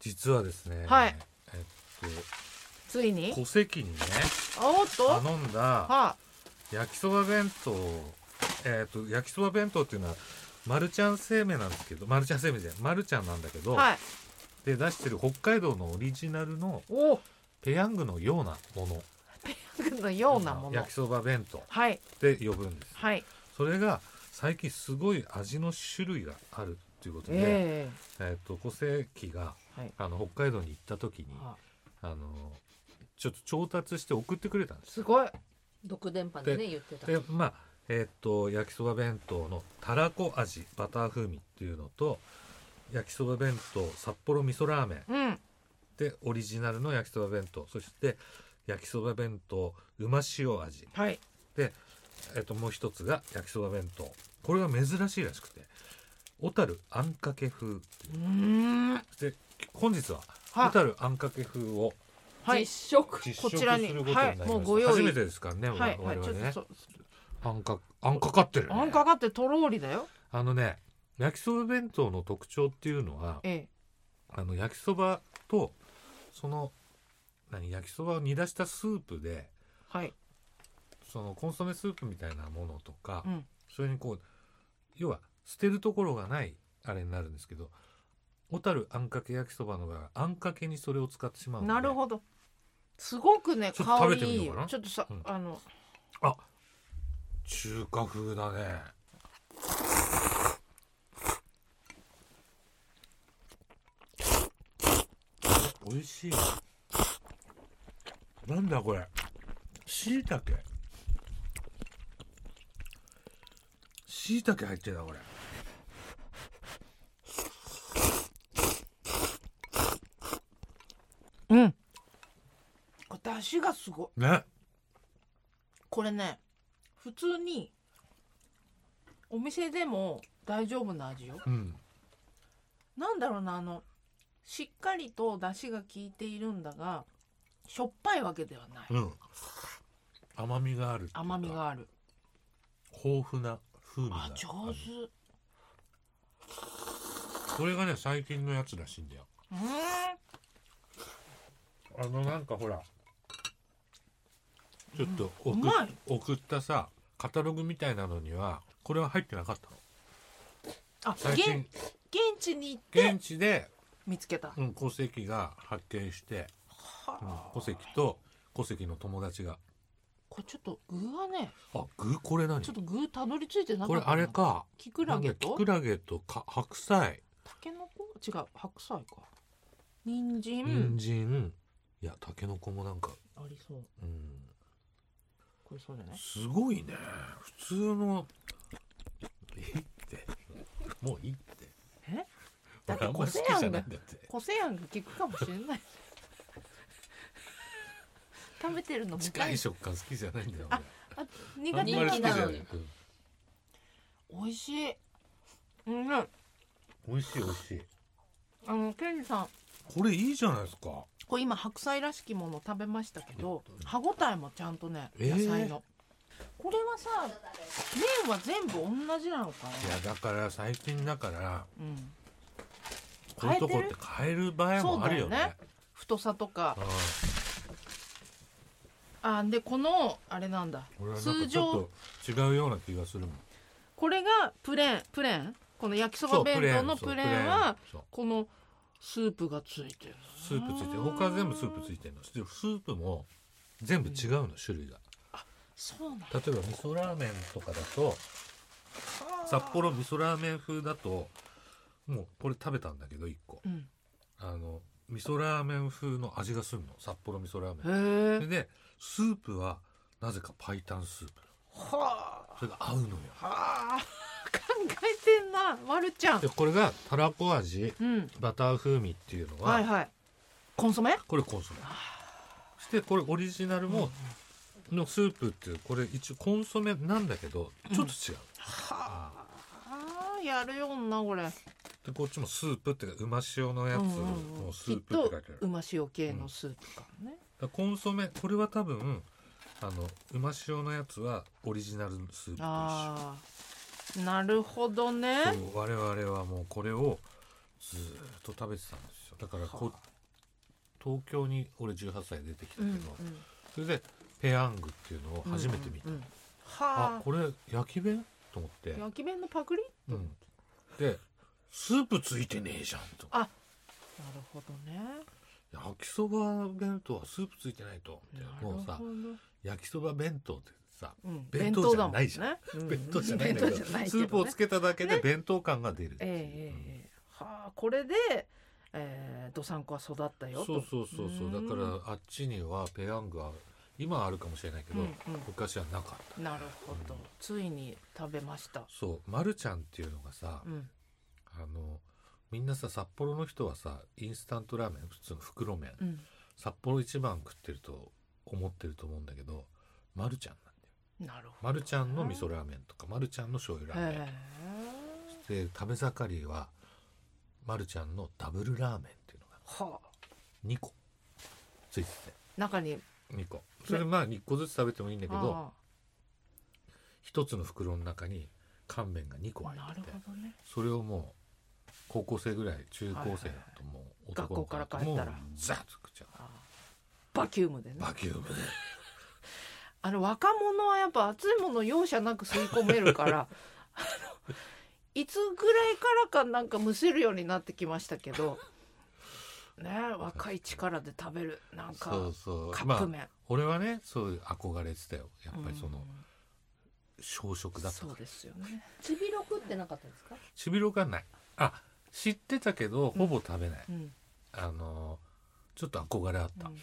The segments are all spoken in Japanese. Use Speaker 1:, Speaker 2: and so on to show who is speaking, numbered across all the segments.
Speaker 1: 実はですね、
Speaker 2: はい
Speaker 1: えっ
Speaker 2: つい
Speaker 1: と
Speaker 2: に
Speaker 1: 戸籍にね
Speaker 2: あおっとは
Speaker 1: 頼んだ
Speaker 2: あ
Speaker 1: 焼きそば弁当えっと焼きそば弁当っていうのはマルちゃん製麺なんですけどマルちゃん製麺じゃないマルちゃんなんだけど、
Speaker 2: はい
Speaker 1: で出してる北海道のオリジナルの
Speaker 2: おお
Speaker 1: ペヤングのようなもの
Speaker 2: のようなもの
Speaker 1: 焼きそば弁当
Speaker 2: はい
Speaker 1: って呼ぶんです
Speaker 2: はい
Speaker 1: それが最近すごい味の種類があるっていうことで、え
Speaker 2: え
Speaker 1: っと戸籍が
Speaker 2: えはい
Speaker 1: あの北海道に行った時に
Speaker 2: あ
Speaker 1: あのちょっと調達して送ってくれたんです
Speaker 2: すごい
Speaker 3: 独電波でね言ってた
Speaker 1: でまあえっと焼きそば弁当のたらこ味バター風味っていうのと焼きそば弁当札幌味噌ラーメン
Speaker 2: うん
Speaker 1: でオリジナルの焼きそば弁当そして焼きそば弁当うま塩味
Speaker 2: はい
Speaker 1: えっともう一つが焼きそば弁当これは珍しいらしくて小樽あんかけ風っていう
Speaker 2: うーん
Speaker 1: で本日は
Speaker 2: はい
Speaker 1: 小樽あんかけ風を
Speaker 2: はい
Speaker 3: 実食
Speaker 1: 実
Speaker 2: こ
Speaker 1: 食す
Speaker 2: ち
Speaker 1: るこ
Speaker 2: ら
Speaker 1: と
Speaker 2: に
Speaker 1: になりました、
Speaker 2: はいもうご用意
Speaker 1: 初めてですからね、
Speaker 2: はいは
Speaker 1: 我
Speaker 2: い
Speaker 1: 々
Speaker 2: ちょっ
Speaker 1: ね
Speaker 2: とそ
Speaker 1: あんかあんかかってる、ね、
Speaker 2: あんかかってとろーりだよ
Speaker 1: あのね焼きそば弁当の特徴っていうのは
Speaker 2: え
Speaker 1: あの焼きそばとその何焼きそばを煮出したスープで
Speaker 2: えはい
Speaker 1: そのコンソメスープみたいなものとか、
Speaker 2: うん
Speaker 1: それにこう要は捨てるところがないあれになるんですけど小樽あんかけ焼きそばの場合はあんかけにそれを使ってしまうので
Speaker 2: なるほどすごくね
Speaker 1: ちょっと
Speaker 2: 香
Speaker 1: 食べて
Speaker 2: りいい
Speaker 1: みようか
Speaker 2: よ
Speaker 1: な
Speaker 2: ちょっとさ
Speaker 1: うん
Speaker 2: あの
Speaker 1: 中華風だね美味しいなんだこれしいたけしいたけ入ってたこれ
Speaker 2: うん出汁がすごい
Speaker 1: ね
Speaker 2: これね普通にお店でも大丈夫な味よ
Speaker 1: うん
Speaker 2: なんだろうなあのしっかりと出汁が効いているんだがしょっぱいわけではない
Speaker 1: うん甘みがあるっていうか
Speaker 2: 甘みがある
Speaker 1: 豊富な風味が
Speaker 2: あ上
Speaker 1: る
Speaker 2: 手う
Speaker 1: これがね最近のやつらしいんだよ
Speaker 2: ーん
Speaker 1: あのなんかほらちょっと送,、
Speaker 2: うまい
Speaker 1: 送ったさカタログみたいなのにはこれは入ってなかったの
Speaker 2: あ現
Speaker 1: 最近
Speaker 2: 現地に行って
Speaker 1: 現地で、
Speaker 2: 見つけた
Speaker 1: うん、戸籍が発見して、うん
Speaker 2: はあ
Speaker 1: 戸籍と戸籍の友達が
Speaker 2: これちょっと具がね
Speaker 1: あ具これ何
Speaker 2: ちょっと具たどり着いてなかった
Speaker 1: これあれか
Speaker 2: キクラゲ
Speaker 1: なんだ
Speaker 2: と
Speaker 1: キクラゲとか白菜
Speaker 2: タケノコ違う白菜か人参、
Speaker 1: 人参、いやたけのこもなんか
Speaker 2: ありそう
Speaker 1: うん
Speaker 2: これそうじゃない
Speaker 1: すごいね普通のいいってもういいって
Speaker 2: えだって
Speaker 1: 俺あんま好きじゃないんだって
Speaker 2: 個性案が効くかもしれない食べてるのも
Speaker 1: 近い食感好きじゃないんだよ
Speaker 2: あ
Speaker 1: 俺
Speaker 2: 苦
Speaker 1: あん
Speaker 2: 手
Speaker 1: まり好
Speaker 2: なん
Speaker 1: きじゃ
Speaker 2: だ
Speaker 1: な
Speaker 3: の
Speaker 1: い
Speaker 3: に
Speaker 1: うん
Speaker 2: 美味しいうんあ
Speaker 1: 美味しい美味しい
Speaker 2: のケンジさん
Speaker 1: これいいじゃないですか
Speaker 2: これ今白菜らしきもの食べましたけど歯ごたえもちゃんとね
Speaker 1: えー
Speaker 2: 野菜の、これはさ麺は全部同じなのかない
Speaker 1: やだから最近だから
Speaker 2: うん、
Speaker 1: こういうとこって変える場合もあるよ
Speaker 2: そうだよ
Speaker 1: ね
Speaker 2: ね太さとかあでこのあれなんだ
Speaker 1: うん俺はなん
Speaker 2: 通
Speaker 1: かちょっ
Speaker 2: 常
Speaker 1: と違うような気がするもん
Speaker 2: これがプレーンプレーンこの焼きそば弁当のプレーンは
Speaker 1: そう
Speaker 2: このスープがついてる
Speaker 1: スープついてる他全部スープついてるのでスープも全部違うの種類が
Speaker 2: そうなんだ
Speaker 1: 例えば味噌ラーメンとかだと札幌味噌ラーメン風だともうこれ食べたんだけど1個
Speaker 2: うん
Speaker 1: あの味噌ラーメン風の味がするの札幌味噌ラーメン
Speaker 2: へ
Speaker 1: それ
Speaker 2: え
Speaker 1: でスープはなぜか白湯スープ
Speaker 2: は
Speaker 1: それが合うのよ
Speaker 2: あはあ考えてんなまるちゃん
Speaker 1: でこれがたらこ味
Speaker 2: うん
Speaker 1: バター風味っていうのは、
Speaker 2: はいはいコンソメ
Speaker 1: これコンソメそしてこれオリジナルものスープっていうこれ一応コンソメなんだけどちょっと違う、
Speaker 2: はあやるよんなこれ
Speaker 1: でこっちもスープってうま塩のやつ
Speaker 2: うんうんうん
Speaker 1: のス
Speaker 2: きっ
Speaker 1: ープって
Speaker 2: と
Speaker 1: 書いてある
Speaker 2: うま塩系のスープか
Speaker 1: だ
Speaker 2: もね
Speaker 1: からコンソメこれは多分あのうま塩のやつはオリジナルのスープと
Speaker 2: ああなるほどね
Speaker 1: 一緒そう我々はもうこれをずーっと食べてたんですよだからこ
Speaker 2: はあ
Speaker 1: 東京に俺18歳で出てきたけ
Speaker 2: うん
Speaker 1: ど、
Speaker 2: うん
Speaker 1: それでペヤングっていうのを初めて見た、
Speaker 2: うんうんうん
Speaker 1: あ
Speaker 2: は
Speaker 1: これ焼き弁と思って
Speaker 2: あ。焼き弁のパクリ？
Speaker 1: うん、でスープついてねえじゃんと
Speaker 2: あなるほどね。
Speaker 1: 焼きそば弁当はスープついてないとみたい
Speaker 2: な
Speaker 1: な
Speaker 2: るほ
Speaker 1: もう
Speaker 2: ど
Speaker 1: さ。焼きそば弁当ってさ
Speaker 2: うん
Speaker 1: 弁当じゃないじゃん
Speaker 2: 弁当だもんね。
Speaker 1: 弁当じゃないんだけど
Speaker 2: うん弁当じゃないけ
Speaker 1: ス
Speaker 2: どね
Speaker 1: ープをつけただけで弁当感が出るって
Speaker 2: え
Speaker 1: いう
Speaker 2: えええええはあこれで、えー、どさんこは育った
Speaker 1: うん
Speaker 2: よと。
Speaker 1: そうそうそうそうだか
Speaker 2: うん
Speaker 1: らあっちにはペヤングは今はあるかもしれないけど、
Speaker 2: うんうん
Speaker 1: 昔はなかった
Speaker 2: なるほど、
Speaker 1: うん
Speaker 2: ついに食べました。
Speaker 1: そう、ま、るちゃんっていうのがさ、
Speaker 2: うん
Speaker 1: あのみんなさ札幌の人はさインスタントラーメン普通の袋麺、
Speaker 2: うん。
Speaker 1: 札幌一番食ってると思ってると思うんだけど、まるちゃんなんだよ。
Speaker 2: なるほ
Speaker 1: ま
Speaker 2: ど。
Speaker 1: るちゃんの味噌ラーメンとか、まるちゃんの醤油ラーメ
Speaker 2: へ
Speaker 1: ン。で、食べ盛りは、まるちゃんのダブルラーメンっていうのが
Speaker 2: ーはあ
Speaker 1: 2個ついて
Speaker 2: 中に
Speaker 1: て、2個。それまあ2個ずつ食べてもいいんだけど、
Speaker 2: あ
Speaker 1: 1つの袋の中に乾麺が2個
Speaker 2: あ
Speaker 1: 入
Speaker 2: な
Speaker 1: って
Speaker 2: る
Speaker 1: て、
Speaker 2: ほどね。
Speaker 1: それをもう、高校生ぐらい、中高生だともう
Speaker 2: はいはいはい
Speaker 1: 男の子だと
Speaker 2: 学校から帰ったら
Speaker 1: もうザッと食っちゃう。
Speaker 2: ああバキュームでね。
Speaker 1: バキュームで。
Speaker 2: あの若者はやっぱ熱いものを容赦なく吸い込めるから あのいつぐらいからかなんかむせるようになってきましたけどねえ若い力で食べるなんか
Speaker 1: そうそう。
Speaker 2: カ
Speaker 1: ま
Speaker 2: ッ
Speaker 1: あ
Speaker 2: プ麺、
Speaker 1: 俺はねそういう憧れてたよやっぱりその
Speaker 2: う
Speaker 1: 小食
Speaker 2: ん
Speaker 1: だったか
Speaker 2: そう
Speaker 1: ら
Speaker 2: ですよね
Speaker 3: ちびろくってなかったですか
Speaker 1: ちびろくはないあ知ってたけどほぼ食べない、
Speaker 2: うん
Speaker 1: あのーちょっと憧れあった
Speaker 2: う、ん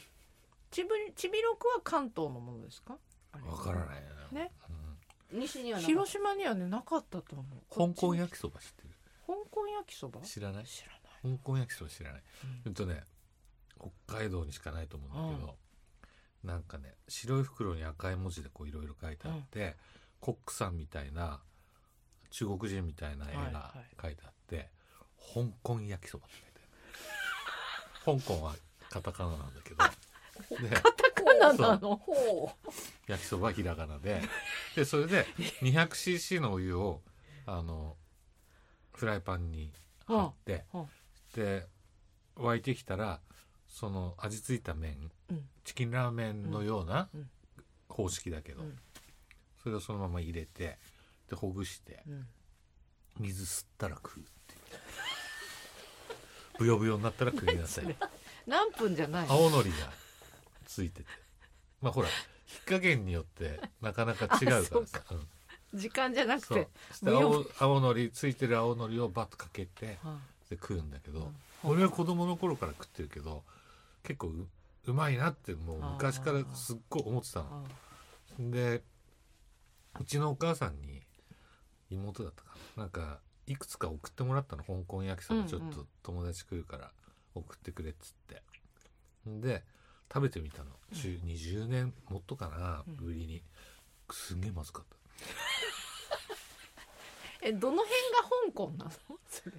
Speaker 2: ちびちびろくは関東のものですかあれ
Speaker 1: わからないな
Speaker 2: ね、
Speaker 1: うん
Speaker 3: 西にはなかった
Speaker 2: 広島にはねなかったと思う
Speaker 1: 香港
Speaker 2: こっ
Speaker 1: 焼きそば知ってる
Speaker 2: ちに香港焼きそば
Speaker 1: 知らない
Speaker 2: 知らない
Speaker 1: 香港焼きそば知らないえっとね北海道にしかないと思うんだけど、なんかね白い袋に赤い文字でこういろいろ書いてあって、コックさんみたいな中国人みたいな絵
Speaker 2: はい
Speaker 1: が
Speaker 2: はい
Speaker 1: 書いてあって、香港焼きそばって書いてある香港はカタカナなんだけどで
Speaker 2: カタカナなの
Speaker 3: ほ
Speaker 1: 焼きそばはひらがなででそれ で 200cc のお湯をあのフライパンに張って、
Speaker 2: うんうん
Speaker 1: で沸いてきたらその味付いた麺、
Speaker 2: うん
Speaker 1: チキンラーメンのような
Speaker 2: うんうん
Speaker 1: 方式だけど、
Speaker 2: うん
Speaker 1: それをそのまま入れてでほぐして
Speaker 2: うん
Speaker 1: 水吸ったら食うって いうブヨブヨになったら食いなさい
Speaker 2: 何分じゃない
Speaker 1: 青のりがついててまあほら火加減によってなかなか違うから
Speaker 2: あそう
Speaker 1: さ
Speaker 2: か
Speaker 1: うん
Speaker 2: 時間じゃなく
Speaker 1: そう
Speaker 2: て
Speaker 1: そして青青のりついてる青のりをバッとかけて
Speaker 2: うん
Speaker 1: で食うんだけど、
Speaker 2: うん
Speaker 1: 俺は子供の頃から食ってるけど結構ううまいなってもう昔からすっごい思ってたの。でうちのお母さんに妹だったかななんかいくつか送ってもらったの香港焼きそばちょっ
Speaker 2: うんう
Speaker 1: と友達来るから送ってくれっつって、で食べてみたの10 20年もっとかな
Speaker 2: うん
Speaker 1: ぶりに、すんげえまずかった
Speaker 2: えどの辺が香港なのそれ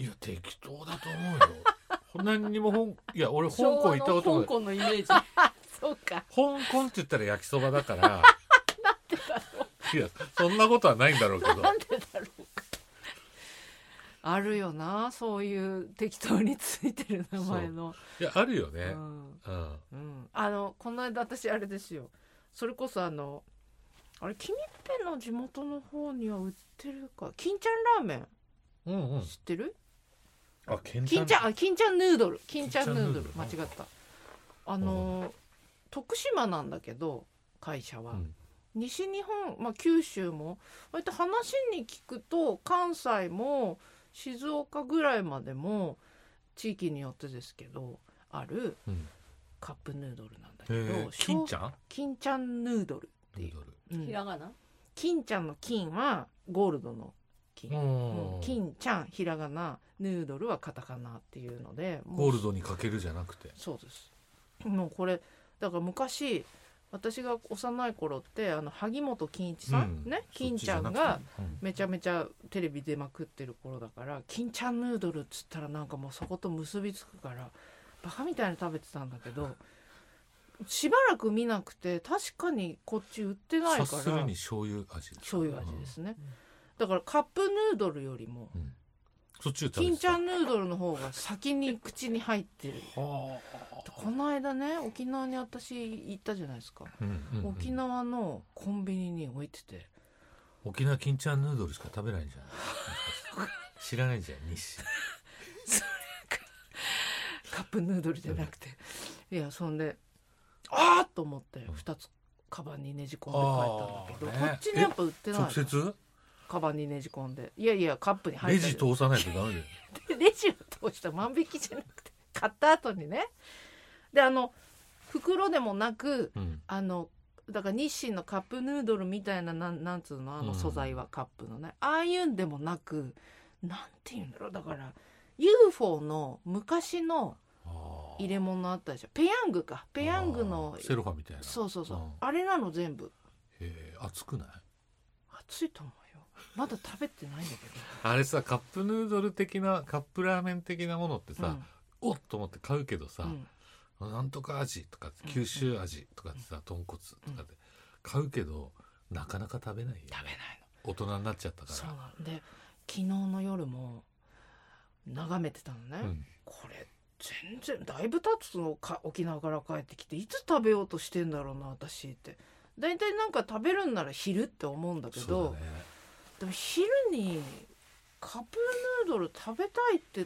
Speaker 1: いや適当だと 思うよ何にも香いや俺
Speaker 3: う
Speaker 1: 香港行ったことない
Speaker 3: 香港のイメ ージ
Speaker 2: そうか
Speaker 1: 香港って言ったら焼きそばだ からなんでだろういやそんなことはないんだろうけど
Speaker 2: なんでだろうかあるよなそういう適当についてる名前の
Speaker 1: いやあるよ
Speaker 2: う
Speaker 1: ねう
Speaker 2: ん、
Speaker 1: ん
Speaker 2: うん、あのこの間私あれですよそれこそあのあれ君っぺの地元の方には売ってるか金ちゃんラーメ
Speaker 1: うんうん
Speaker 2: ン知ってる
Speaker 1: あけん
Speaker 2: 金ちゃんあ金ちゃんヌードル金ちゃんヌード
Speaker 1: 金
Speaker 2: ル
Speaker 1: ちゃん
Speaker 2: 間
Speaker 1: ヌードル
Speaker 2: 違ったあのー徳島なんだけど会社は、
Speaker 1: うん
Speaker 2: 西日本、まあ、九州も割と話に聞くと関西も静岡ぐらいまでも地域によってですけどある
Speaker 1: うん
Speaker 2: カップヌードルなんだけ
Speaker 1: へえ
Speaker 2: ど
Speaker 1: 金ち
Speaker 2: ゃん
Speaker 1: ゃん
Speaker 2: 金ちゃんヌードルっていう、う
Speaker 3: ひ
Speaker 2: ん、
Speaker 3: らがな
Speaker 2: 金ちゃんの金はゴールドの金、
Speaker 1: うん
Speaker 2: 金ちゃんひらがなヌードルはカタカナっていうのでもう
Speaker 1: ゴールドにかけるじゃなくて
Speaker 2: そうですもうこれだから昔私が幼い頃ってあの萩本欽一さん、
Speaker 1: うん
Speaker 2: ね
Speaker 1: そっ
Speaker 2: 欽ちゃん
Speaker 1: じな
Speaker 2: が
Speaker 1: くてうん
Speaker 2: めちゃめちゃテレビ出まくってる頃だから「欽ちゃんヌードル」っつったらなんかもうそこと結びつくからバカみたいに食べてたんだけどしばらく見なくて確かにこっち売ってないか
Speaker 1: 察する
Speaker 2: ら
Speaker 1: に醤油味
Speaker 2: 醤油味ですね、
Speaker 3: うん
Speaker 2: だからカップヌードルよりも
Speaker 1: うんそっちで食べてた
Speaker 2: 金ちゃんヌードルの方が先に口に入ってる
Speaker 1: はあ
Speaker 2: この間ね沖縄に私行ったじゃないですか、
Speaker 1: うんうんうん
Speaker 2: 沖縄のコンビニに置いて て
Speaker 1: 沖縄金ちゃんヌードルしか食べないんじゃない 知らないじゃん日
Speaker 2: カップヌードルじゃなくて、いやそんでああと思って2つカバンにねじ込んで帰ったんだけど、
Speaker 1: あーね
Speaker 2: こっちにやっぱ売って
Speaker 1: 清
Speaker 2: ないの
Speaker 1: 直接
Speaker 2: カバンにねじ込んでいやいやカップに入
Speaker 1: レ
Speaker 2: ってる
Speaker 1: ジ通さないとダメだよ
Speaker 2: レジを通した万引きじゃなくて買った後にねであの袋でもなく
Speaker 1: うん
Speaker 2: あのだから日清のカップヌードルみたいななんなんつうのあの素材はカップのね、ああいうんでもなくなんていうんだろうだから UFO の昔の
Speaker 1: あー
Speaker 2: 入れ物あったでしょペヤングかペヤングの
Speaker 1: あーセロファみたいな
Speaker 2: そうそうそう、
Speaker 1: うん
Speaker 2: あれなの全部
Speaker 1: へー熱くない
Speaker 2: 熱いと思うよまだ食べてないんだけ
Speaker 1: あれさカップヌードル的なカップラーメン的なものって
Speaker 2: ど
Speaker 1: さ、おっと思って買うけどさ、
Speaker 2: うんうん
Speaker 1: なんとか味とかって九州味とかってさ豚骨とかで買うけどなかなか食べないよ、ね、
Speaker 2: 食べないの
Speaker 1: 大人になっちゃったか
Speaker 2: そう
Speaker 1: ら
Speaker 2: なんで昨日の夜も眺めてたのね、
Speaker 1: うん
Speaker 2: これ全然だいぶ経つのか沖縄から帰ってきていつ食べようとしてんだろうな私って大体なんか食べるんなら昼って思うんだけ
Speaker 1: そう
Speaker 2: ど、
Speaker 1: だね
Speaker 2: でも昼にカップヌードル食べたいって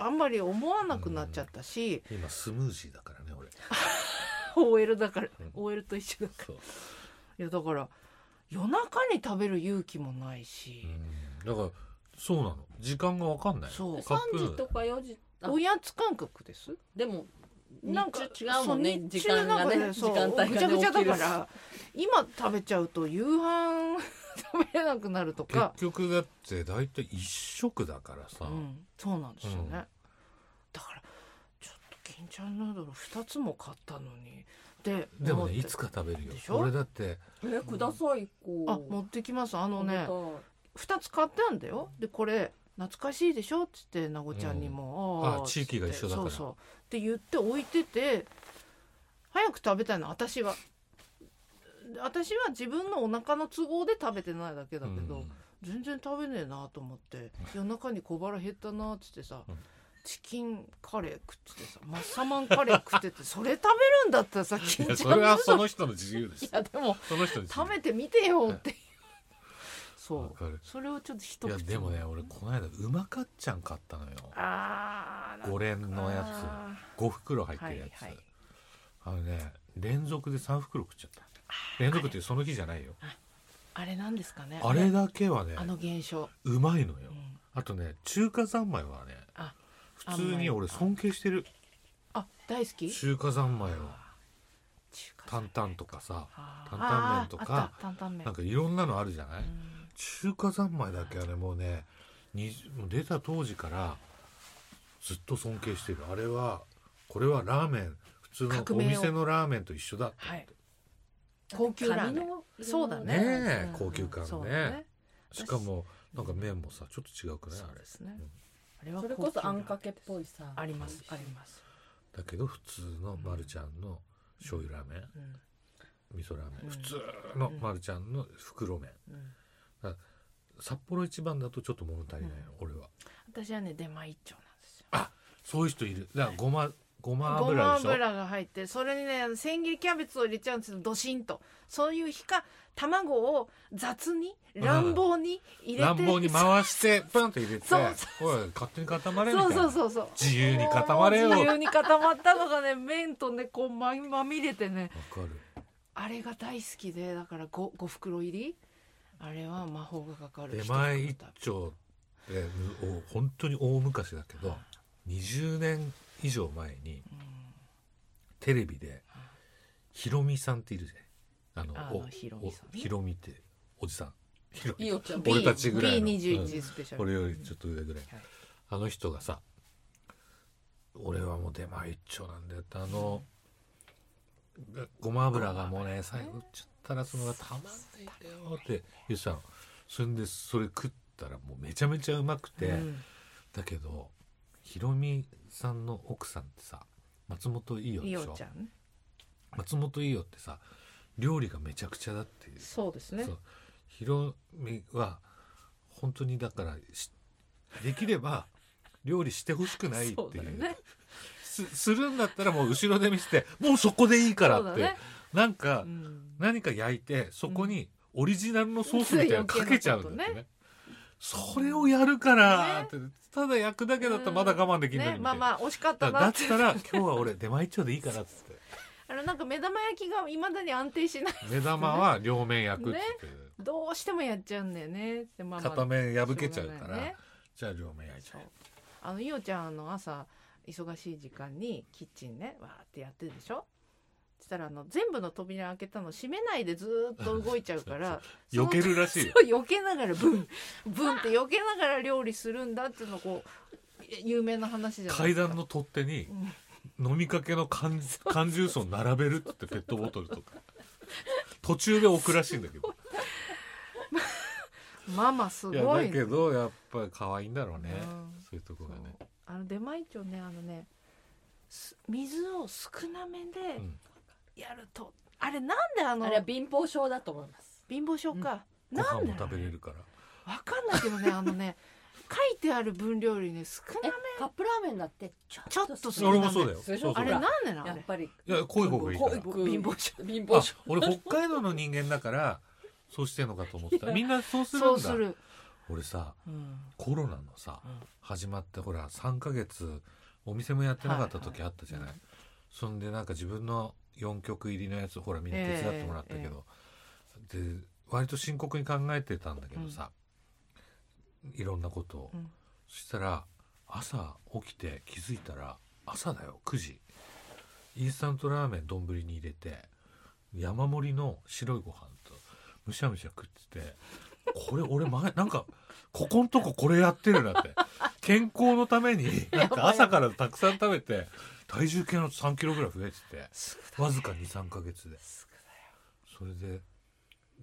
Speaker 2: あんまり思わなくなっちゃったし、
Speaker 1: 今スムージーだからね俺
Speaker 2: OL だから、
Speaker 1: うん
Speaker 2: OL と一緒だ
Speaker 1: そう、
Speaker 2: いやだから夜中に食べる勇気もないし、
Speaker 1: うん、だからそうなの時間が分かんない
Speaker 2: そう
Speaker 1: カ
Speaker 3: 三
Speaker 1: ップヌー
Speaker 3: 時
Speaker 1: ド
Speaker 3: と
Speaker 1: ル
Speaker 3: か四時。あ
Speaker 2: おやつ感覚です
Speaker 3: でも
Speaker 2: なん
Speaker 3: 日
Speaker 2: か
Speaker 3: 中違うもんね
Speaker 2: そ
Speaker 3: 時間がね時
Speaker 2: そう
Speaker 3: 間帯がね
Speaker 2: ぐちゃぐちゃだか
Speaker 3: 起きる
Speaker 2: ら今食べちゃうと夕飯 食べれなくなると
Speaker 1: 結
Speaker 2: か、
Speaker 1: 局だって大体一食だから
Speaker 2: う
Speaker 1: さ、
Speaker 2: ん、そうなんですよね、
Speaker 1: うん
Speaker 2: だからちょっと金ちゃんヌードル2つも買ったのにで
Speaker 1: でも
Speaker 2: 思っ
Speaker 1: ね
Speaker 2: て
Speaker 1: いつか食べるよ
Speaker 2: でしょ
Speaker 1: 俺だって
Speaker 3: えくださいこう。
Speaker 2: あ持ってきますあの
Speaker 3: 食べた
Speaker 2: ね
Speaker 3: い
Speaker 2: 2つ買ったんだよでこれ懐かしいでしょっつってなごちゃんにも、
Speaker 1: うんあ
Speaker 2: ー
Speaker 1: 地域が一緒だから
Speaker 2: そうそうって言って置いてて早く食べたいの私はで私は自分のお腹の都合で食べてないだけだけど、
Speaker 1: うん
Speaker 2: 全然食べねえなと思って夜中に小腹減ったなっつってさ、
Speaker 1: うん
Speaker 2: チキンカレー食っててさマッサマンカレー食っててそれ食べるんだったらさ
Speaker 1: い
Speaker 2: 緊
Speaker 1: や
Speaker 2: 張
Speaker 1: それはその人の自由です
Speaker 2: いやでも
Speaker 1: その人の自由
Speaker 2: 食べてみてよっていうそ
Speaker 1: わ
Speaker 2: う
Speaker 1: かる
Speaker 2: それをちょっと一
Speaker 1: いや
Speaker 2: 口
Speaker 1: でもね俺この間うまかっちゃん買ったのよ
Speaker 2: あー
Speaker 1: 五連のや
Speaker 2: あ
Speaker 1: つ5袋入
Speaker 2: ー
Speaker 1: って
Speaker 2: はい
Speaker 1: る
Speaker 2: は
Speaker 1: や
Speaker 2: い
Speaker 1: つ、あのね連続で3袋食っちゃった連続っていうその日じゃないよ
Speaker 2: あれなんですかね
Speaker 1: あれだけはね
Speaker 2: あの現象、
Speaker 1: うまいの
Speaker 2: う
Speaker 1: よ
Speaker 2: ん
Speaker 1: あとね中華三昧はね
Speaker 2: あ
Speaker 1: 普通に俺尊敬してる
Speaker 2: あ大好き
Speaker 1: 中華三昧を
Speaker 2: 中華
Speaker 1: 担々とかさ
Speaker 2: あー
Speaker 1: 担々麺とか
Speaker 2: あーあった担々麺
Speaker 1: なんかいろんなのあるじゃない
Speaker 2: うん
Speaker 1: 中華三昧だけはねもうねにもう出た当時からずっと尊敬してるあれはこれはラーメン普通の
Speaker 2: 革
Speaker 1: お
Speaker 2: 命を
Speaker 1: 店のラーメンと一緒だって
Speaker 2: はい高級ラーメン
Speaker 3: 紙の色の
Speaker 2: そうだね
Speaker 1: ねえ
Speaker 2: うん
Speaker 1: 高級感ね
Speaker 2: そうだ私
Speaker 1: しかもなんか麺もさちょっと違うくない
Speaker 2: そう
Speaker 1: あれ
Speaker 2: ですね
Speaker 1: うん
Speaker 2: あれは高級
Speaker 3: それこそあんか
Speaker 2: ラーメ
Speaker 3: けっぽいさ。
Speaker 2: ンありますあります、
Speaker 1: だけど普通のまるちゃんの醤油ラーメン
Speaker 2: うん
Speaker 1: 味噌ラーメン、
Speaker 2: うん
Speaker 1: 普通のまるちゃんの袋麺
Speaker 2: うん、
Speaker 1: 札幌一番だとちょっと物足りないの、俺は
Speaker 2: 私はね出前一丁なんですよ
Speaker 1: そういう人いるだからごまごま
Speaker 2: ご
Speaker 1: 油
Speaker 2: ま
Speaker 1: でしょ
Speaker 2: 油が入ってそれにねあの千切りキャベツを入れちゃうんですよドシンとそういう日か卵を雑に乱暴に入れて、
Speaker 1: 乱暴に回してプンと入れて
Speaker 2: そうそ
Speaker 1: おい勝手に固まれみたい
Speaker 2: そ
Speaker 1: な
Speaker 2: うそうそうそう
Speaker 1: 自由に固まれよ
Speaker 2: 自
Speaker 1: わ
Speaker 2: 由に固まったのがね麺とねこうままみれてね
Speaker 1: かる
Speaker 2: あれが大好きでだから 5, 5袋入りあれは魔法がかかる
Speaker 1: 出前
Speaker 2: 一
Speaker 1: 一
Speaker 2: 袋食べ
Speaker 1: 丁ってむお本当に大昔だけど20年以上前にテレビでヒロミさんっているじゃんあ
Speaker 2: あ
Speaker 1: の
Speaker 2: のヒロミさん
Speaker 1: おヒロミっておじさんヒロミ
Speaker 3: いいよちゃん。
Speaker 1: 俺たちぐらいの
Speaker 2: B21 スペシャル、
Speaker 1: 俺よりちょっと上ぐらい、
Speaker 2: はい
Speaker 1: あの人がさ俺はもう出前一丁なんだよってあのごま油がもうね最後ちょったらそのがたまんないんだよって言ってたのそれでそれ食ったらもうめちゃめちゃうまくて、
Speaker 2: うん
Speaker 1: だけどひろみさんの奥さんってさ松本伊代で
Speaker 2: い
Speaker 1: し
Speaker 2: お
Speaker 1: ょ
Speaker 2: ちゃんね
Speaker 1: 松本伊代ってさ料理がめちゃくちゃだっていう
Speaker 2: そうですね
Speaker 1: そうヒロミは本当にだからしできれ ば料理してほしくないってい
Speaker 2: そう
Speaker 1: う
Speaker 2: だね
Speaker 1: すするんだったらもう後ろで見せてもうそこでいいから
Speaker 2: そう
Speaker 1: っ
Speaker 2: だ
Speaker 1: て、
Speaker 2: ね
Speaker 1: なんか
Speaker 2: うん
Speaker 1: 何か焼いてそこにオリジナルのソースみたいなのかけちゃうんだってね。それをやるからって、ただ焼くだけだったらまだ我慢できるのに
Speaker 2: ね
Speaker 1: み
Speaker 2: ま
Speaker 1: た
Speaker 2: あ
Speaker 1: いな
Speaker 2: まあ惜しか
Speaker 1: だ
Speaker 2: った
Speaker 1: からだ
Speaker 2: な
Speaker 1: っ
Speaker 2: って
Speaker 1: たら今日は俺出前一丁でいいからっ つって
Speaker 2: あのなんか目玉焼きがいまだに安定しない
Speaker 1: 目玉は両面焼くっつって、
Speaker 2: どうしてもやっちゃうんだよねってまあまあ
Speaker 1: 片面破けちゃう
Speaker 2: しょ
Speaker 1: から
Speaker 2: うがないよね
Speaker 1: じゃあ両面焼いちゃ
Speaker 2: そううあのいおちゃんあの朝忙しい時間にキッチンねわーってやってるでしょそしたらあの全部の扉開けたの閉めないでずーっと動いちゃ うから
Speaker 1: 避けるらしいよ
Speaker 2: その避けながらブンブンって避けながら料理するんだっていうのこう有名な話じゃない
Speaker 1: 階段の取っ手に飲みかけの缶缶ジュースを並べるっつってペットボトルとか途中で置くらしいんだけど
Speaker 2: ママす
Speaker 1: いや
Speaker 2: ごい
Speaker 1: だ
Speaker 2: ね
Speaker 1: けどやっぱり可愛いんだろうね
Speaker 2: うん
Speaker 1: そういうとこがね
Speaker 2: そうあの出前一丁ねあのねす水を少なめで
Speaker 1: ん
Speaker 2: やると、あれなんであの
Speaker 3: あれは貧乏症だと思います
Speaker 2: 貧乏症か、
Speaker 1: ご
Speaker 2: なん
Speaker 1: 飯
Speaker 2: で
Speaker 1: も食べれるから
Speaker 2: わかんないけどねあの ね書いてある分量よりね少
Speaker 3: え
Speaker 2: な
Speaker 3: カップラーメンだってちょ
Speaker 2: ちょっと
Speaker 3: と
Speaker 2: する
Speaker 1: 俺もそうだよ
Speaker 3: そう
Speaker 1: そう
Speaker 2: あ
Speaker 1: そう
Speaker 2: れ
Speaker 1: い
Speaker 2: なんでな
Speaker 3: や
Speaker 2: ん
Speaker 3: っ
Speaker 2: で
Speaker 3: ぱり
Speaker 1: や濃い方がいいから
Speaker 3: 濃貧乏症貧乏
Speaker 1: あ
Speaker 3: 症
Speaker 1: 俺北海道の人間だからそうしてんのかと思ってたみんなそうす
Speaker 2: そ
Speaker 1: る
Speaker 2: うんす
Speaker 1: だ
Speaker 2: る、
Speaker 1: 俺さ
Speaker 2: うん
Speaker 1: コロナのさ
Speaker 2: うん
Speaker 1: 始まってほら3ヶ月お店もやってなかった時あったじゃない、
Speaker 2: はいは
Speaker 1: そんでなんか自分の4曲入りのやつほらみんな手伝ってもらったけど、で割と深刻に考えてたんだけどさ、いろんなことを、
Speaker 2: うん
Speaker 1: そしたら朝起きて気づいたら朝だよ9時インスタントラーメン丼に入れて山盛りの白いご飯とむしゃむしゃ食っててこれ俺前なんかここんとここれやってるなって健康のためになんか朝からたくさん食べて体重計の3キロぐらい増えててわずか23ヶ月でそれで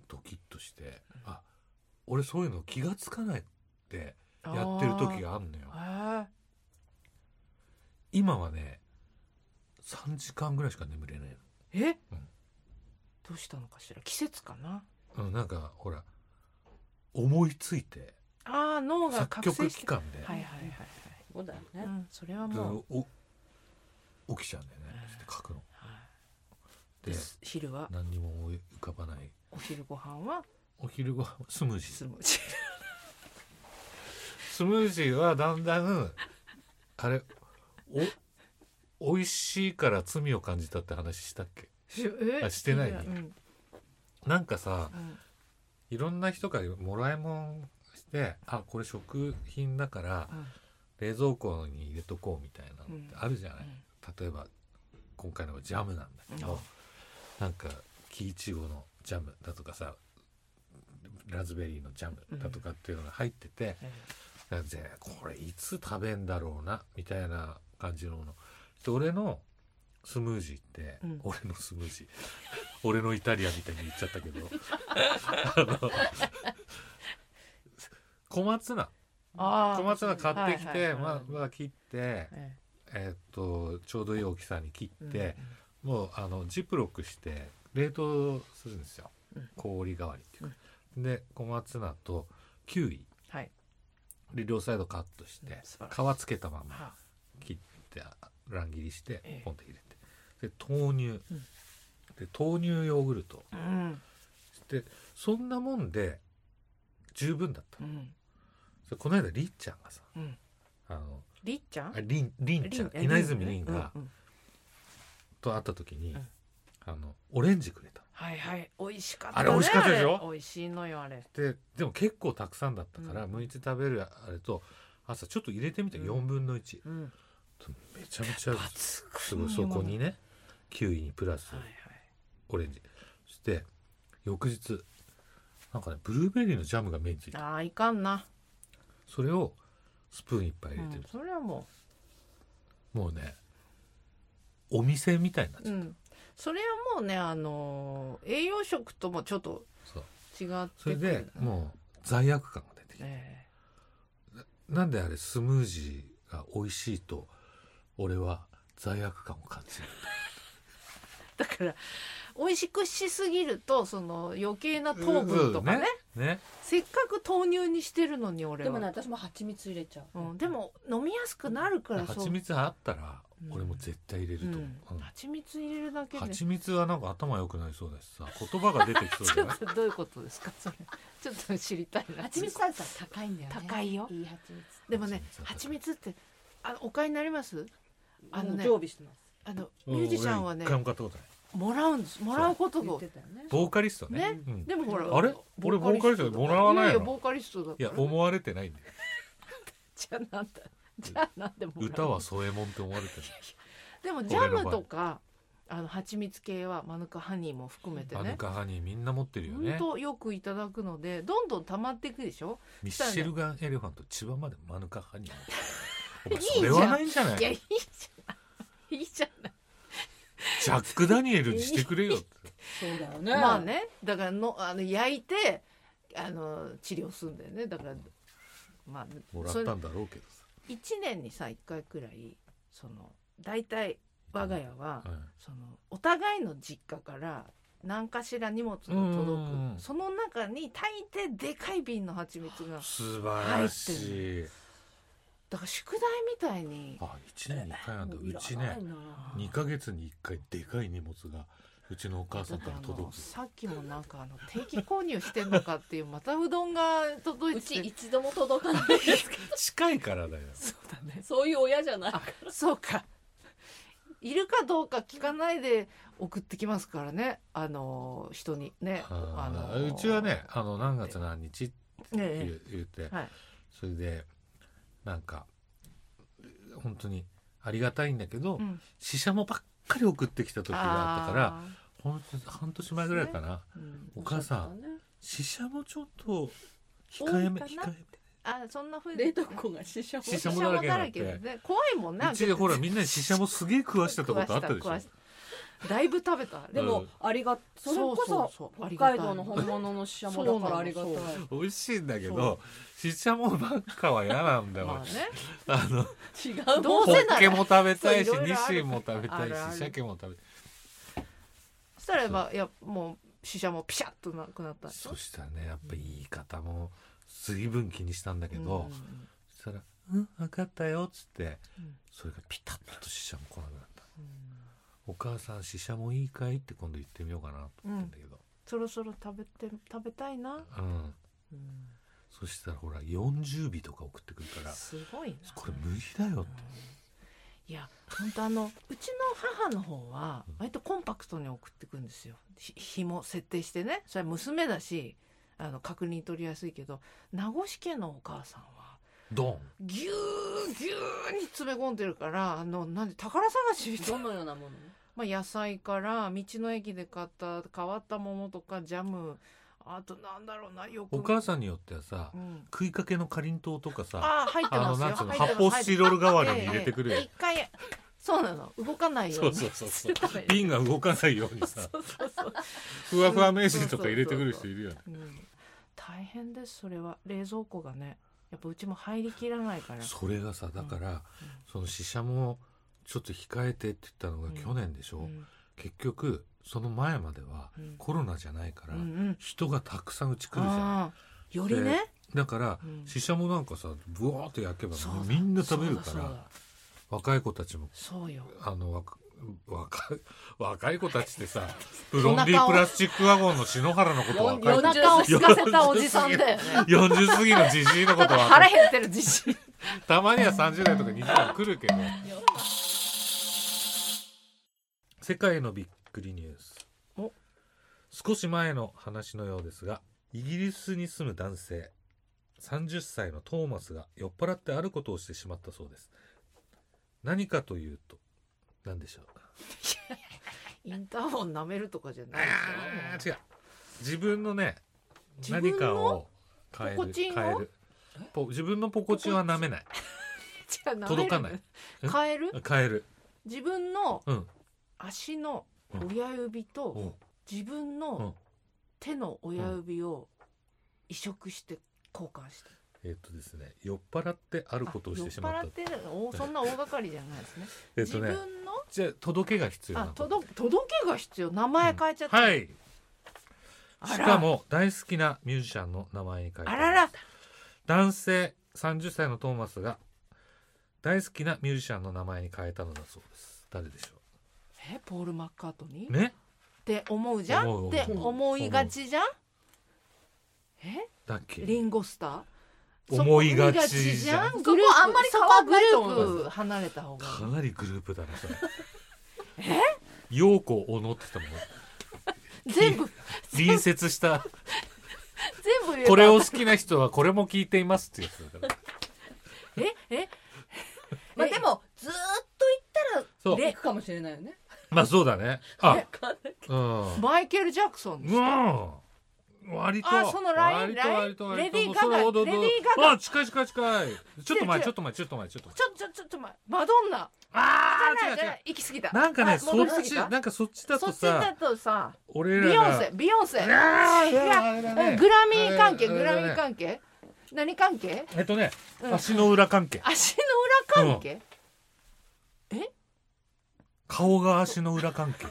Speaker 1: ドキッとしてあ俺そういうの気がつかないってやってる時があんのよ
Speaker 2: が
Speaker 1: 今はね3時間ぐらいしか眠れない
Speaker 2: ええ
Speaker 1: うん
Speaker 2: どうしたのかしら季節かな
Speaker 1: の、うん、なんかほら思いついて
Speaker 2: ああ脳が
Speaker 1: 作
Speaker 2: 覚醒
Speaker 1: 曲
Speaker 2: し
Speaker 1: 期
Speaker 2: て
Speaker 1: 間で、
Speaker 2: はいはいはい
Speaker 3: そうだよ
Speaker 2: はい、う
Speaker 3: ね
Speaker 2: ん、それは
Speaker 1: で
Speaker 2: もう、
Speaker 1: お起きちゃうんだよねそして書くの
Speaker 2: はい、
Speaker 1: で
Speaker 2: で昼は
Speaker 1: 何にも思い浮かばない
Speaker 2: お昼ご飯は
Speaker 1: お昼ご飯スムージー
Speaker 2: スムージ
Speaker 1: スムージーはだんだんあれお美味しいから罪を感じたって話したっけ
Speaker 2: ーえ
Speaker 1: あしてない
Speaker 2: うんうん
Speaker 1: なんかさいろんな人からもらいもんしてあこれ食品だから
Speaker 2: うん
Speaker 1: 冷蔵庫に入れとこうみたいなのってあるじゃない、
Speaker 2: うん
Speaker 1: 例えば今回のはジャムなんだけど、
Speaker 2: うん
Speaker 1: なんか木いちごのジャムだとかさラズベリーのジャムだとかっていうのが入ってて、
Speaker 2: え
Speaker 1: なんかぜこれいつ食べんだろうなみたいな感じのもので俺のスムージーって、
Speaker 2: うん
Speaker 1: 俺のスムージ ー俺のイタリアンみたいに言っちゃったけ どあの 小松菜
Speaker 2: ああ
Speaker 1: 小松菜買ってき
Speaker 2: はいはい
Speaker 1: て
Speaker 2: はい
Speaker 1: まあまあ切って
Speaker 2: え
Speaker 1: えっとちょうどいい大きさに切
Speaker 2: え
Speaker 1: って、もうあのジップロックして冷凍するんですよ、
Speaker 2: うん
Speaker 1: 氷代わりっていうか、で小松菜とキウイ
Speaker 2: はい
Speaker 1: で両サイドカットし
Speaker 2: う
Speaker 1: て
Speaker 2: ん素晴ら
Speaker 1: 皮つけたまま
Speaker 2: は
Speaker 1: 切ってあ乱切りして
Speaker 2: ええ
Speaker 1: ポンと入れてで豆乳、
Speaker 2: うん
Speaker 1: で豆乳ヨーグルト
Speaker 2: あうん
Speaker 1: でそんなもんで十分だったの、
Speaker 2: うん
Speaker 1: でこの間りっちゃんがさ
Speaker 2: うん
Speaker 1: あの
Speaker 2: りっちゃん
Speaker 1: ありんりんちゃん
Speaker 2: りん
Speaker 1: 稲泉りんが、
Speaker 2: うんうん
Speaker 1: と会った時に、
Speaker 2: うん
Speaker 1: あのオレンジくれた
Speaker 2: はいはい美味しかった、ね、
Speaker 1: あれ美味しかったでしょ
Speaker 2: あれ美味しいのよあれ
Speaker 1: ででも結構たくさんだったから、
Speaker 2: うん
Speaker 1: 剥いて食べるあれと朝ちょっと入れてみた
Speaker 2: うん
Speaker 1: 4分の1、
Speaker 2: うん
Speaker 1: めちゃめちゃす
Speaker 2: す
Speaker 1: ごいそこにねキウイにプラス
Speaker 2: はいはい
Speaker 1: オレンジそして翌日なんかねブルーベリーのジャムが目についた
Speaker 2: あーいかんな、
Speaker 1: それをスプーンいっぱいう入れて
Speaker 2: ん、それはも
Speaker 1: もうねお店みたいになっ
Speaker 2: う、
Speaker 1: ち
Speaker 2: う
Speaker 1: ゃっ
Speaker 2: ん、それはもうねあのー栄養食ともちょっと
Speaker 1: た、そう
Speaker 2: 違って
Speaker 1: それ
Speaker 2: く
Speaker 1: で
Speaker 2: る
Speaker 1: もう罪悪感が出てきて
Speaker 2: え
Speaker 1: なんであれスムージーが美味しいと俺は罪悪感を感じる
Speaker 2: えだから美味しくしすぎるとその余計な糖分とかね
Speaker 1: うんそうねね
Speaker 2: せっかく豆乳にしてるのに俺は
Speaker 3: でもね私も蜂蜜入れちゃう、
Speaker 2: うん、でも飲みやすくなるからそう
Speaker 1: 蜂蜜あったら
Speaker 2: うん
Speaker 1: 俺も絶対入れると思う、
Speaker 2: うん、
Speaker 1: うん
Speaker 2: 蜂蜜入れるだけで
Speaker 1: 蜂蜜はなんか頭良くなりそうだしさ言葉が出てきそうじ
Speaker 2: ち
Speaker 1: ゃ
Speaker 2: ょ
Speaker 1: ない
Speaker 2: っとどういうことですかそれちょっと知りたいな
Speaker 3: 蜂蜜サイズは高いんだよね
Speaker 2: 高いよ
Speaker 3: いい蜂蜜
Speaker 2: でもね
Speaker 1: 蜂
Speaker 2: 蜂蜜ってあお買いになりますあのね
Speaker 3: もう常備してます
Speaker 2: あのミュージシャンはね
Speaker 1: 俺一回も買ったことない
Speaker 2: もらうんですもらうこと
Speaker 3: 言っ
Speaker 2: が
Speaker 3: てたよね
Speaker 1: ボーカリストね
Speaker 2: ね
Speaker 1: うん
Speaker 2: でもほら
Speaker 1: あれ俺ボーカリストでもらわないの
Speaker 2: ややボーカリストだ
Speaker 1: いや
Speaker 2: から
Speaker 1: 思われてないんだよ
Speaker 2: じゃあなんだじゃあなんでもらう
Speaker 1: 歌は添えもんって思われ てる
Speaker 2: でもジャムとかあの蜂蜜系はマヌカハニーも含めて
Speaker 1: アヌ
Speaker 2: ね
Speaker 1: カハニーみんな持ってるよ
Speaker 2: 本
Speaker 1: ね
Speaker 2: 当よくいただくのでどんどん溜まっていくでしょ
Speaker 1: ミッシェルガンエレファント千葉までマヌカハニーお前
Speaker 2: いいじゃん
Speaker 1: それはないんじゃない
Speaker 2: いやいいじゃないいいじゃない
Speaker 1: ジャック・ダニエルにしてくれよって
Speaker 3: そうだよね
Speaker 2: まあねだからのあの焼いてあの治療するんだよねだからまあ
Speaker 1: もらっ
Speaker 2: それ
Speaker 1: たんだろうけどさ
Speaker 2: 1年にさ1回くらいその大体我が家は、
Speaker 1: はい
Speaker 2: そのお互いの実家から何かしら荷物が
Speaker 1: うんうんう
Speaker 2: 届
Speaker 1: ん
Speaker 2: くその中に大抵でかい瓶の蜂蜜が
Speaker 1: 素晴らしい
Speaker 2: だから宿題みたいに
Speaker 1: あ一年に一回なんだ
Speaker 3: もういうら
Speaker 1: ち
Speaker 3: な
Speaker 1: ね
Speaker 3: いな
Speaker 1: 二ヶ月に一回でかい荷物がうちのお母さんから
Speaker 2: だってあの
Speaker 1: 届く
Speaker 2: さっきもなんかあの定期購入してんのかっていうまたうどんが届
Speaker 3: う
Speaker 2: い
Speaker 3: ち
Speaker 2: てて
Speaker 3: 一度も届 かないですけ
Speaker 1: 近いからだよ
Speaker 2: そうだね
Speaker 3: どそういう親じゃない
Speaker 2: あそうかいるかどうか聞かないで送ってきますからねあの人にね
Speaker 1: あ
Speaker 2: あ
Speaker 1: ー
Speaker 2: の
Speaker 1: うちはねあの何月何日って言
Speaker 2: ね
Speaker 1: う言って
Speaker 2: はい
Speaker 1: それでなんか本当にありがたいんだけど
Speaker 2: うん
Speaker 1: 死者もばっかり送ってきた時があったからほんと半年前ぐらいかな
Speaker 2: あーうん
Speaker 1: お母さん
Speaker 3: そうだね
Speaker 1: 死者もちょっと控えめ
Speaker 2: 多い
Speaker 1: 控
Speaker 2: か
Speaker 1: え
Speaker 2: な
Speaker 1: め
Speaker 2: あそんなふう
Speaker 3: 冷凍庫が死者も
Speaker 1: 死者もだらけになって
Speaker 2: でね怖いもんね
Speaker 1: うちでほらみんなにシシャモすげえ食わしてたことあったでし
Speaker 2: 食
Speaker 1: ょ
Speaker 2: わし食わしだいぶ食べたあれ
Speaker 3: でも、
Speaker 1: うん
Speaker 3: ありがそれこ
Speaker 2: そう
Speaker 3: そ
Speaker 2: そうそうあり
Speaker 3: 北
Speaker 2: がた
Speaker 3: 海
Speaker 2: い
Speaker 3: 道の本物の死者もだからありがたい
Speaker 2: そうなのそ
Speaker 1: 美味しいんだけ
Speaker 3: そ
Speaker 1: どシシャモばっかは嫌なんだよ、
Speaker 2: まあね
Speaker 1: あ の
Speaker 3: 違う
Speaker 2: ど
Speaker 1: ホ
Speaker 2: うせなら
Speaker 1: ッケも食べたいし
Speaker 2: そういろいろある
Speaker 1: ニシンも食べたい
Speaker 2: あるある
Speaker 1: し鮭も食べたい
Speaker 2: そしたらばいやもう死者もピシャッとなくなった
Speaker 1: そしたらねやっぱ言い方も随分気にしたんだけど、
Speaker 2: うんうんうん
Speaker 1: そしたら「うん分かったよ」っつって、
Speaker 2: うん
Speaker 1: それがピタッとシシャモ来なくなった「お母さんシシャモいいかい?」って今度言ってみようかなと思ってんだけど、
Speaker 2: そろそろ食べて食べたいな、
Speaker 1: うんそしたらほら40尾とか送ってくるから
Speaker 2: すごいな
Speaker 1: これ無理だよって。
Speaker 2: いや本当あのうちの母の方は割とコンパクトに送ってくんですよひ日も設定してねそれは娘だしあの確認取りやすいけど名越家のお母さんは
Speaker 1: ドン
Speaker 2: ぎゅうぎゅうに詰め込んでるからあのなんで宝探しみたい
Speaker 3: ど
Speaker 2: な、
Speaker 3: のようなもの
Speaker 2: まあ、野菜から道の駅で買った変わったものとかジャムあとなんだろうなよく
Speaker 1: お母さんによってはさ、
Speaker 2: うん、
Speaker 1: 食いかけのかりんとうとかさ
Speaker 2: あー入って
Speaker 1: あ
Speaker 2: ま
Speaker 1: の
Speaker 2: すよ
Speaker 1: なんつうの
Speaker 2: 入ってます
Speaker 1: 発泡スチロール代わりに
Speaker 2: ええ
Speaker 1: 入れてくるよ
Speaker 2: ええ一回そうなの動かないよう に
Speaker 1: そうそうそ う
Speaker 2: するために
Speaker 1: 瓶が動かないようにさ
Speaker 2: そうそうそう
Speaker 1: ふわふわ名人とか入れてくる人いるよね
Speaker 2: うん大変ですそれは冷蔵庫がねやっぱうちも入りきらないから
Speaker 1: それがさだから、その死者もちょっと控えてって言ったのが去年でしょ、
Speaker 2: うん
Speaker 1: 結局その前までは
Speaker 2: うん
Speaker 1: コロナじゃないから、
Speaker 2: うんうん
Speaker 1: 人がたくさんうち来るじゃん
Speaker 2: あーよりね
Speaker 1: だから、
Speaker 2: うん
Speaker 1: 死者もなんかさブワーって焼けば
Speaker 2: そうだ
Speaker 1: みんな食べるか
Speaker 2: そうだそう
Speaker 1: ら
Speaker 2: だ
Speaker 1: 若い子たちも
Speaker 2: そうよ
Speaker 1: あの若若い若い子たちって さブロンディプラスチックワゴンの篠原のこと
Speaker 3: なの
Speaker 1: 若い
Speaker 2: よ
Speaker 1: 子
Speaker 2: お
Speaker 1: たち
Speaker 2: 腹を空かせたおじさんだよね
Speaker 1: 40過ぎのじじいの
Speaker 2: た
Speaker 1: こと
Speaker 2: だ
Speaker 1: は
Speaker 2: 腹減ってる自信
Speaker 1: たまには30代とか20代も来るけど世界のびっくりニュース
Speaker 2: お
Speaker 1: 少し前の話のようですがイギリスに住む男性30歳のトーマスが酔っ払ってあることをしてしまったそうです何かというと何でしょう
Speaker 2: インターホン舐めるとかじゃない
Speaker 1: あ
Speaker 2: です
Speaker 1: ー違う自分のね
Speaker 2: 自分の
Speaker 1: 何かを変え
Speaker 2: ポ
Speaker 1: る
Speaker 2: コチンを
Speaker 1: 変えるポ自分のポコチンは舐めない
Speaker 2: よ違う舐める
Speaker 1: 届かないえ
Speaker 2: 変える
Speaker 1: 変える
Speaker 2: 自分の
Speaker 1: うん
Speaker 2: 足の親指
Speaker 1: うん
Speaker 2: と自分
Speaker 1: うん
Speaker 2: の手の親指を移植して交換して
Speaker 1: えっとですね酔っ払ってあることをしてしまった
Speaker 2: あ酔っ払ってるおそんな大掛かりじゃないですね
Speaker 1: えっとね
Speaker 2: 自分の
Speaker 1: じゃあ届けが必要な
Speaker 2: あ
Speaker 1: こと
Speaker 2: 届届けが必要名前変えちゃった、
Speaker 1: はい
Speaker 2: あ
Speaker 1: し
Speaker 2: ら
Speaker 1: かも大好きなミュージシャンの名前に書いて
Speaker 2: あ
Speaker 1: あ
Speaker 2: ら
Speaker 1: る
Speaker 2: ら
Speaker 1: 男性30歳のトーマスが大好きなミュージシャンの名前に変えたのだそうです誰でしょ
Speaker 2: えポール・マッカートニー
Speaker 1: うね
Speaker 2: って思うじゃ
Speaker 1: 思うん
Speaker 2: って
Speaker 1: 思う
Speaker 2: 思いがちじゃんえ
Speaker 1: だっけ
Speaker 2: リンゴスター
Speaker 1: 思いがちじゃん
Speaker 2: そこ
Speaker 3: そこあんまり変わんないと思います
Speaker 2: グループ離れた方が
Speaker 1: かなりグループだな それえ陽子小野って言 ってたもん
Speaker 2: 全部
Speaker 1: 隣接した
Speaker 2: 全部言えば
Speaker 1: これを好きな人はこれも聞いていますっていうやつだから
Speaker 2: ええ
Speaker 3: まあでもずーっと
Speaker 1: そう
Speaker 3: 行くかもしれないよね。
Speaker 1: まあそうだねあうん
Speaker 2: マイケル・ジャクソンでし
Speaker 1: う
Speaker 2: た
Speaker 1: ん。割と。
Speaker 2: あそのライ
Speaker 1: 割
Speaker 2: ン
Speaker 1: と
Speaker 2: ライン
Speaker 1: 割と割と
Speaker 2: レディーガガ
Speaker 1: そうそうそう
Speaker 2: レディーガガ
Speaker 1: あ、近い近い近い。ちょっと前、
Speaker 2: 違う違う
Speaker 1: ちょっと前、ちょっと前、ちょっと前。
Speaker 2: ちょちょちょっと待ってマドンナ
Speaker 1: あ
Speaker 2: じ
Speaker 1: あ、
Speaker 2: ゃ
Speaker 1: 違う
Speaker 2: ない
Speaker 1: 違
Speaker 2: じゃな
Speaker 1: う。
Speaker 2: い行き過ぎた
Speaker 1: なんかね、
Speaker 2: あ
Speaker 1: そ
Speaker 2: 戻り過
Speaker 1: っ
Speaker 2: ぎ
Speaker 1: ち、
Speaker 2: た
Speaker 1: なんかそっちだ
Speaker 2: そ
Speaker 1: と
Speaker 2: っちだ
Speaker 1: さ、
Speaker 2: とさ
Speaker 1: 俺
Speaker 2: ビ
Speaker 1: ら
Speaker 2: ヨンセ
Speaker 1: が。
Speaker 2: ビヨンセ
Speaker 1: いやー
Speaker 2: いや
Speaker 1: あれだね
Speaker 2: うんグラミー関係
Speaker 1: あ
Speaker 2: グ
Speaker 1: れだ
Speaker 2: ラ
Speaker 1: ね
Speaker 2: ミー関係何関係
Speaker 1: えっとね、
Speaker 2: うん
Speaker 1: 足の裏関係。
Speaker 2: 足の裏関係
Speaker 1: 顔が足の裏関 係。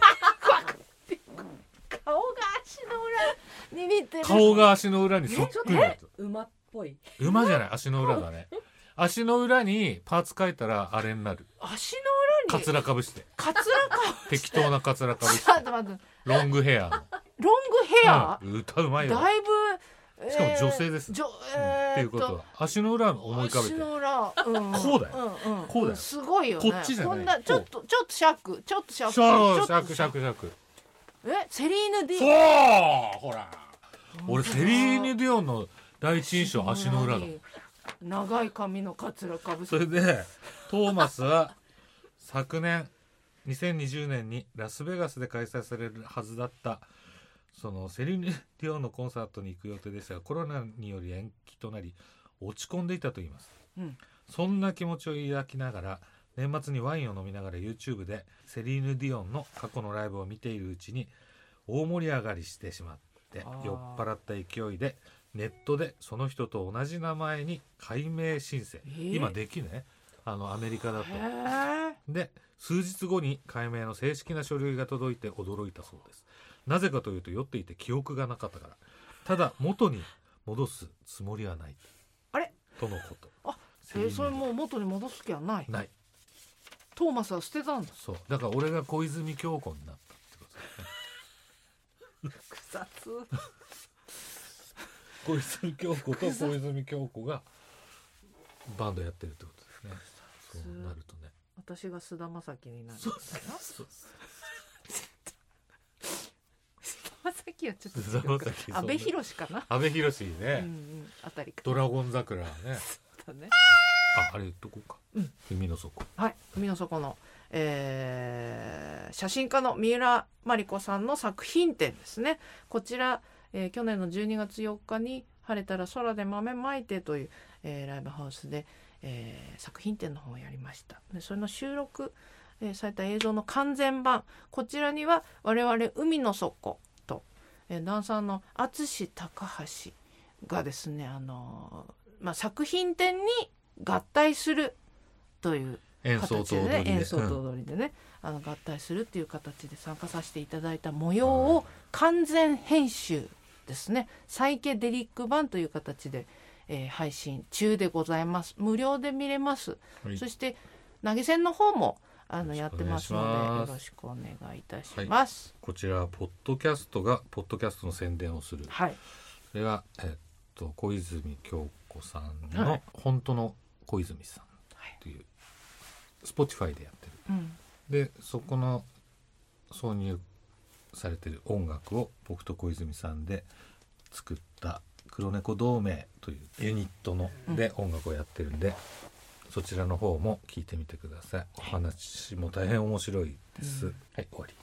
Speaker 2: 顔が足の裏に似てる
Speaker 1: 顔が足の裏にそっくりだと。
Speaker 3: 馬っぽい。
Speaker 1: 馬じゃない、足の裏だね。足の裏にパーツ書いたらあれになる。
Speaker 2: 足の裏
Speaker 1: カ
Speaker 2: に
Speaker 1: ツラかぶして。
Speaker 2: カツラか
Speaker 1: 適当なカツラかぶし
Speaker 2: ち
Speaker 1: て。
Speaker 2: ょっと待って
Speaker 1: ロングヘアの。
Speaker 2: ロングヘア
Speaker 1: うん歌うまいよ。
Speaker 2: だいぶえー
Speaker 1: しかも女性です
Speaker 2: じょ
Speaker 1: うんってい
Speaker 2: えー
Speaker 1: う
Speaker 2: っ
Speaker 1: こととは足の裏を思い浮かべ
Speaker 2: 足
Speaker 1: て
Speaker 2: の裏、うん、
Speaker 1: こうだよ
Speaker 2: んん
Speaker 1: こうだよ
Speaker 2: すごいよね
Speaker 1: こっちじゃない
Speaker 2: こんなちょっとちょっとシャークちょっとシャーク
Speaker 1: シャーシャ
Speaker 2: ちょっ
Speaker 1: ー
Speaker 2: と
Speaker 1: クシャークシャーク
Speaker 2: えセリーヌ・ディ
Speaker 1: そう
Speaker 2: オ
Speaker 1: ほ
Speaker 2: ン
Speaker 1: ら俺セリーヌ・ディオンの第一印象足の裏だ
Speaker 2: に長い髪のカツラかぶせ
Speaker 1: それでトーマスは昨年2020年にラスベガスで開催されるはずだったそのセリーヌ・ディオンのコンサートに行く予定でしたがコロナにより延期となり落ち込んでいたといいます
Speaker 2: うん
Speaker 1: そんな気持ちを抱きながら年末にワインを飲みながら YouTube でセリーヌ・ディオンの過去のライブを見ているうちに大盛り上がりしてしまって
Speaker 2: あー
Speaker 1: 酔っ払った勢いでネットでその人と同じ名前に改名申請、
Speaker 2: ー
Speaker 1: 今できねあのアメリカだと
Speaker 2: へー
Speaker 1: で数日後に改名の正式な書類が届いて驚いたそうですなぜかというと酔っていて記憶がなかったからただ元に戻すつもりはない
Speaker 2: あれ
Speaker 1: とのこと
Speaker 2: あ
Speaker 1: セ
Speaker 2: え
Speaker 1: リーヌ
Speaker 2: それもう元に戻す気はない
Speaker 1: ない
Speaker 2: トーマスは捨てたんだ
Speaker 1: そうだから俺が小泉京子になったってことですね
Speaker 3: 草津。
Speaker 1: 小泉京子と小泉京子がバンドやってるってことですねそうなるとね
Speaker 2: 私が菅田将暉になる
Speaker 1: そうそう
Speaker 2: 菅田将暉はち
Speaker 1: 菅
Speaker 2: ょっ
Speaker 1: 田
Speaker 2: と違
Speaker 1: 将暉
Speaker 2: うか安倍博かな
Speaker 1: 阿部寛
Speaker 2: う
Speaker 1: ね、
Speaker 2: んうんあたりか
Speaker 1: ドラゴン桜ね
Speaker 2: だね
Speaker 1: ああれ言っとこうか、海の底
Speaker 2: はい、海の底の、えー写真家の三浦真理子さんの作品展ですね。こちら、えー去年の12月4日に「晴れたら空で豆まいて」という、えーライブハウスで、えー作品展の方をやりました。でそれの収録、えーされた映像の完全版こちらには我々海の底と、えーダンサーの淳高橋がですね、あのーまあ、作品展に合体するという
Speaker 1: 演奏
Speaker 2: 形
Speaker 1: と踊
Speaker 2: でね
Speaker 1: りで
Speaker 2: 演奏と
Speaker 1: うん
Speaker 2: 踊りでね、あの合体するっていう形で参加させていただいた模様を完全編集ですねサイケデリック版という形で、えー配信中でございます無料で見れます、
Speaker 1: はい
Speaker 2: そして投げ銭の方もあのや
Speaker 1: よ
Speaker 2: っ
Speaker 1: ろしく
Speaker 2: て
Speaker 1: お願いしま
Speaker 2: ますのでよ
Speaker 1: す
Speaker 2: ろしくお願いいたします
Speaker 1: こちらはポッドキャストがポッドキャストの宣伝をする
Speaker 2: はい、
Speaker 1: それは、えっと、小泉京子さん
Speaker 2: は
Speaker 1: の
Speaker 2: い
Speaker 1: 本当の小泉さん
Speaker 2: はい
Speaker 1: という、Spotify でやってる
Speaker 2: うん
Speaker 1: でそこの挿入されてる音楽を僕と小泉さんで作った黒猫同盟というユニットので音楽をやってるんで、そちらの方も聞いてみてくださいお話も大変面白いです、はい終わり